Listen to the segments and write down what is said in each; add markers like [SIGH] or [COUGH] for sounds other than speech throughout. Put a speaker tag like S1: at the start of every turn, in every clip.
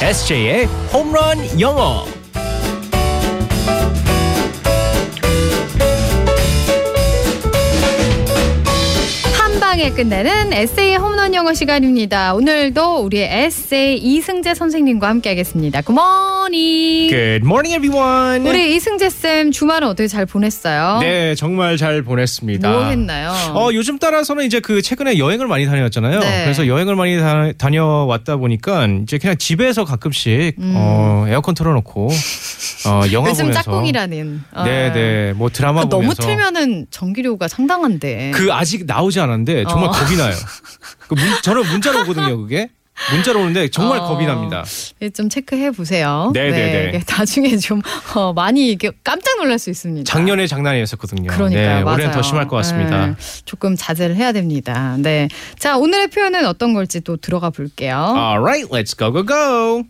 S1: SJ의 홈런 영어.
S2: 한 방에 끝내는 에세이 홈런 영어 시간입니다. 오늘도 우리의 에세이 이승재 선생님과 함께하겠습니다. 굿모닝.
S1: Good morning, everyone.
S2: 우리 이승재 쌤 주말은 어떻게 잘 보냈어요?
S1: 네, 정말 잘 보냈습니다.
S2: 뭐 했나요?
S1: 어, 요즘 따라서는 이제 그 최근에 여행을 많이 다녀왔잖아요.
S2: 네.
S1: 그래서 여행을 많이 다, 다녀왔다 보니까 이제 그냥 집에서 가끔씩 어, 에어컨 틀어놓고 어, 영화
S2: 음. [LAUGHS] 요즘
S1: 보면서
S2: 짝꿍이라는. 아.
S1: 네네 뭐 드라마
S2: 그거 너무
S1: 보면서
S2: 틀면은 전기료가 상당한데.
S1: 그 아직 나오지 않았는데 정말
S2: 어.
S1: 겁이 나요. 그 문, 저는 문자로 오거든요 그게 문자로 오는데 정말
S2: 어.
S1: 겁이 납니다.
S2: 예, 좀 체크해 보세요.
S1: 네, 네, 네.
S2: 이게 나중에 좀 어, 많이 이게 깜짝 놀랄 수 있습니다.
S1: 작년에 장난이었었거든요.
S2: 그러니까요.
S1: 네,
S2: 맞아요.
S1: 올해는 더 심할 것 같습니다.
S2: 네, 조금 자제를 해야 됩니다. 네. 자, 오늘의 표현은 어떤 걸지 또 들어가 볼게요.
S1: Alright, let's go go go.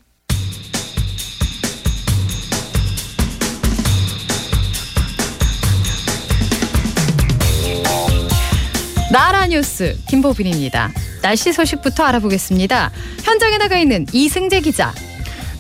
S2: 나라 뉴스 김보빈입니다. 날씨 소식부터 알아보겠습니다. 현장에 나가 있는 이승재 기자.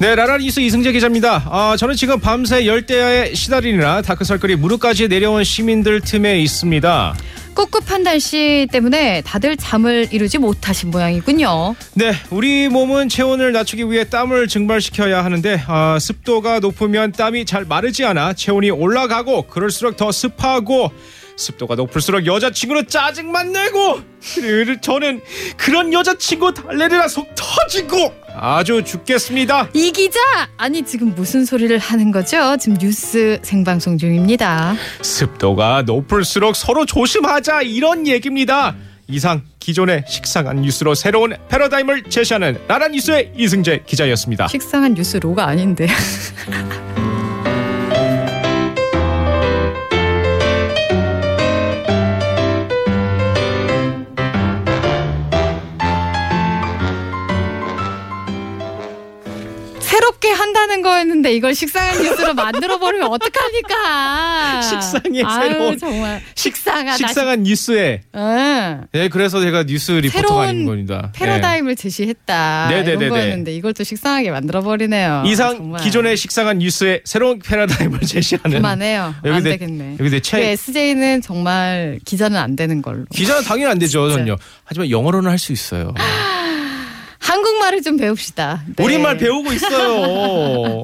S1: 네, 라라뉴스 이승재 기자입니다. 아, 저는 지금 밤새 열대야에 시달리느라 다크서클이 무릎까지 내려온 시민들 틈에 있습니다.
S2: 꿉꿉한 날씨 때문에 다들 잠을 이루지 못하신 모양이군요.
S1: 네, 우리 몸은 체온을 낮추기 위해 땀을 증발시켜야 하는데 아, 습도가 높으면 땀이 잘 마르지 않아 체온이 올라가고 그럴수록 더 습하고 습도가 높을수록 여자친구는 짜증만 내고 그리고 저는 그런 여자친구 달래느라 속 터지고 아주 죽겠습니다.
S2: 이 기자! 아니, 지금 무슨 소리를 하는 거죠? 지금 뉴스 생방송 중입니다.
S1: 습도가 높을수록 서로 조심하자 이런 얘기입니다. 이상 기존의 식상한 뉴스로 새로운 패러다임을 제시하는 라라뉴스의 이승재 기자였습니다.
S2: 식상한 뉴스 로가 아닌데. [LAUGHS] 새롭게 한다는 거였는데 이걸 식상한 뉴스로 만들어 버리면 어떡합니까?
S1: 식상해,
S2: 아유,
S1: 새로운.
S2: 정말 식상하다.
S1: 식상한 뉴스에
S2: 응.
S1: 네, 그래서 제가 뉴스 리포터가
S2: 새로운
S1: 아닌 겁니다. 네.
S2: 패러다임을 제시했다.
S1: 네네네네.
S2: 이런 거였는데 이걸 또 식상하게 만들어 버리네요.
S1: 예. 이상
S2: 정말.
S1: 기존의 식상한 뉴스에 새로운 패러다임을 [LAUGHS] 제시하는 아,
S2: 그만해요.
S1: 네. 여기
S2: 안
S1: 내-
S2: 되겠네.
S1: 여기 내
S2: 그
S1: 책.
S2: SJ는 정말 기자는 안 되는 걸로.
S1: 기자는 당연히 안 되죠,
S2: 진짜. 아,
S1: 전요. 하지만 영어로는 할 수 있어요.
S2: 한국말을 좀 배웁시다. 네.
S1: 우리말 배우고
S2: [LAUGHS]
S1: 있어요.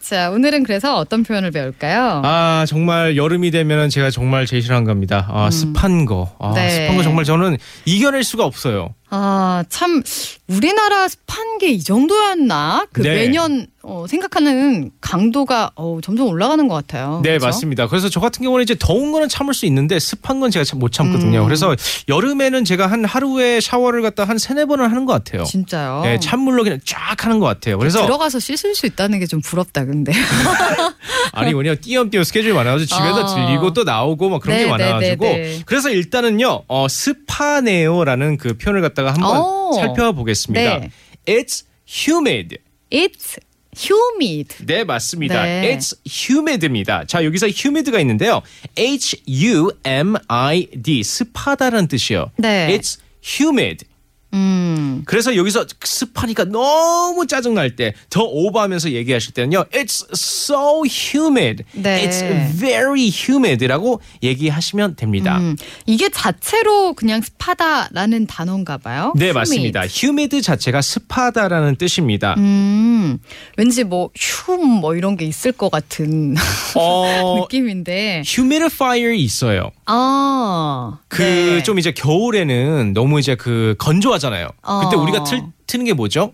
S2: 자, 오늘은 그래서 어떤 표현을 배울까요?
S1: 아 정말 여름이 되면은 제가 정말 제일 싫어한 겁니다. 아 습한 거, 아,
S2: 음. 네.
S1: 습한 거 정말 저는 이겨낼 수가 없어요.
S2: 아, 참 우리나라 습한 게 이 정도였나? 그
S1: 네.
S2: 매년 어, 생각하는 강도가 어, 점점 올라가는 것 같아요.
S1: 네
S2: 어, 그죠?
S1: 맞습니다. 그래서 저 같은 경우는 이제 더운 거는 참을 수 있는데 습한 건 제가 참 못
S2: 음.
S1: 참거든요. 그래서 여름에는 제가 한 하루에 샤워를 갖다 한 세네 번은 하는 것 같아요.
S2: 진짜요.
S1: 네, 찬물로 그냥 쫙 하는 것 같아요. 그래서
S2: 들어가서 씻을 수 있다는 게 좀
S1: [LAUGHS]
S2: 부럽다 근데.
S1: 아니 뭐냐 띄엄띄엄 스케줄이 많아가지고 집에서
S2: 어.
S1: 들리고 또 나오고 막 그런 게
S2: 네, 네,
S1: 많아가지고
S2: 네, 네.
S1: 그래서 일단은요 어, 습하네요라는 그 표현을 갖다가 한번
S2: 어.
S1: 살펴보겠습니다.
S2: 네.
S1: It's humid.
S2: It's humid.
S1: 네 맞습니다.
S2: 네.
S1: It's humid입니다. 자 여기서 humid가 있는데요. H U M I D 습하다라는 뜻이요.
S2: 네.
S1: It's humid.
S2: 음.
S1: 그래서 여기서 습하니까 너무 짜증 날 때 더 오버하면서 얘기하실 때는요. It's so humid.
S2: 네.
S1: It's very humid라고 얘기하시면 됩니다.
S2: 음. 이게 자체로 그냥 습하다라는 단어인가 봐요.
S1: 네
S2: humid.
S1: 맞습니다. humid 자체가 습하다라는 뜻입니다.
S2: 음. 왠지 뭐흉뭐 이런 게 있을 것 같은
S1: 어,
S2: [LAUGHS] 느낌인데.
S1: humidifier 있어요.
S2: 아.
S1: 그
S2: 네.
S1: 좀 이제 겨울에는 너무 이제 그 건조하잖아요.
S2: 어.
S1: 그때 우리가 틀, 트는 게 뭐죠?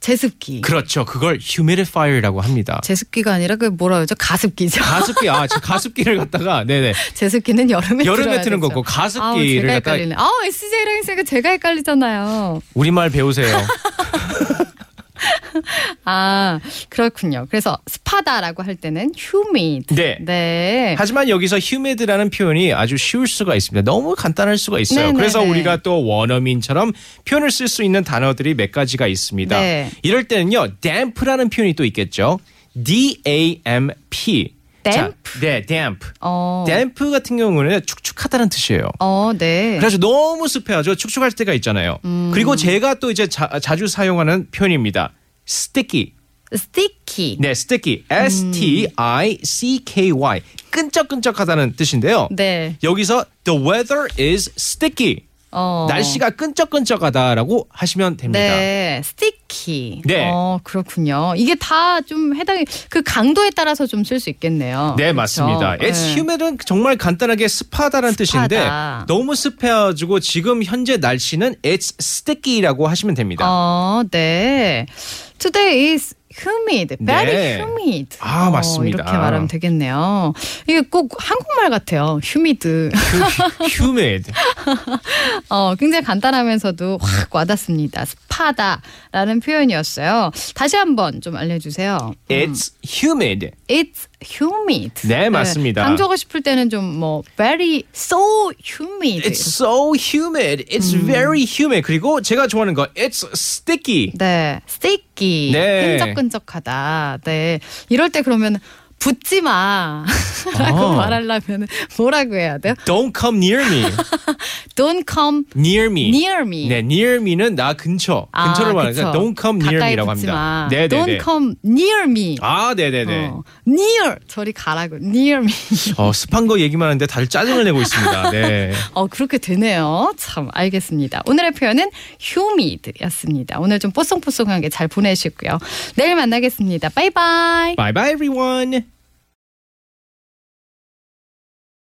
S2: 제습기.
S1: 그렇죠. 그걸 humidifier라고 합니다.
S2: 제습기가 아니라 그 뭐라 그러죠? 가습기죠. [LAUGHS]
S1: 가습기 아, 저 가습기를 갖다가 네네
S2: 제습기는 여름에
S1: 여름에
S2: 틀어야
S1: 트는
S2: 되죠.
S1: 거고
S2: 아우,
S1: 가습기를
S2: 제가
S1: 갖다가
S2: 헷갈리네. 아, SJ랑 했으니까 제가 헷갈리잖아요.
S1: 우리말 배우세요.
S2: 아, 그렇군요. 그래서 습하다라고 할 때는 humid.
S1: 네.
S2: 네.
S1: 하지만 여기서 humid라는 표현이 아주 쉬울 수가 있습니다. 너무 간단할 수가 있어요.
S2: 네네네.
S1: 그래서 우리가 또 원어민처럼 표현을 쓸 수 있는 단어들이 몇 가지가 있습니다.
S2: 네.
S1: 이럴 때는요, damp라는 표현이 또 있겠죠. D A M P. 자, 네, damp.
S2: 어.
S1: damp 같은 경우는 축축하다는 뜻이에요.
S2: 어, 네.
S1: 네.
S2: 음.
S1: 그래서 너무 습해가지고 축축할 때가 있잖아요. 그리고 제가 또 이제 자, 주 사용하는 표현입니다. sticky.
S2: sticky.
S1: 네, sticky. S T I C K Y. 끈적끈적하다는 뜻인데요.
S2: 네.
S1: 여기서 the weather is sticky.
S2: 어.
S1: 날씨가 끈적끈적하다라고 하시면 됩니다.
S2: 네, sticky.
S1: 네.
S2: 어, 그렇군요. 이게 다 좀 해당이 그 강도에 따라서 좀 쓸 수 있겠네요.
S1: 네
S2: 그렇죠?
S1: 맞습니다. It's
S2: 네.
S1: humid은 정말 간단하게 습하다는 뜻인데
S2: 습하다.
S1: 너무 습해가지고 지금 현재 날씨는 it's sticky라고 하시면 됩니다.
S2: 어, 네. Today is humid, very
S1: 네.
S2: humid.
S1: 아,
S2: 어,
S1: 맞습니다.
S2: 이렇게 말하면 되겠네요. 이게 꼭 한국말 같아요. humid.
S1: [LAUGHS]
S2: [LAUGHS]
S1: humid.
S2: 어, 굉장히 간단하면서도 확 와닿습니다. 습하다라는 표현이었어요. 다시 한번 좀 알려주세요.
S1: It's humid.
S2: It's humid.
S1: 네, 맞습니다.
S2: 강조하고 싶을 때는 좀 뭐 very so humid.
S1: It's so humid. It's
S2: 음.
S1: very humid. 그리고 제가 좋아하는 거 it's sticky.
S2: 네, sticky.
S1: 네.
S2: 끈적끈적하다. 네, 이럴 때 그러면 붙지 [LAUGHS] 마라고
S1: 아.
S2: 말하려면 뭐라고 해야 돼요?
S1: Don't come near me.
S2: Don't come
S1: Near me.
S2: [LAUGHS] near me.
S1: 네, near me는 나 근처.
S2: 아,
S1: 근처를 말하니까
S2: 그쵸.
S1: don't come near
S2: 가까이
S1: me라고
S2: 붙지
S1: 합니다.
S2: 마.
S1: 네, 네, 네.
S2: Don't come near me.
S1: 아, 네, 네, 네.
S2: 어, near 저리 가라고 near me.
S1: 어, 습한 거 얘기만 하는데 다들 짜증을 내고 있습니다.
S2: [LAUGHS]
S1: 네.
S2: 어 그렇게 되네요. 참 알겠습니다. 오늘의 표현은 humid였습니다. 오늘 좀 뽀송뽀송하게 잘 보내시고요. 내일 만나겠습니다. 바이바이.
S1: Bye bye everyone.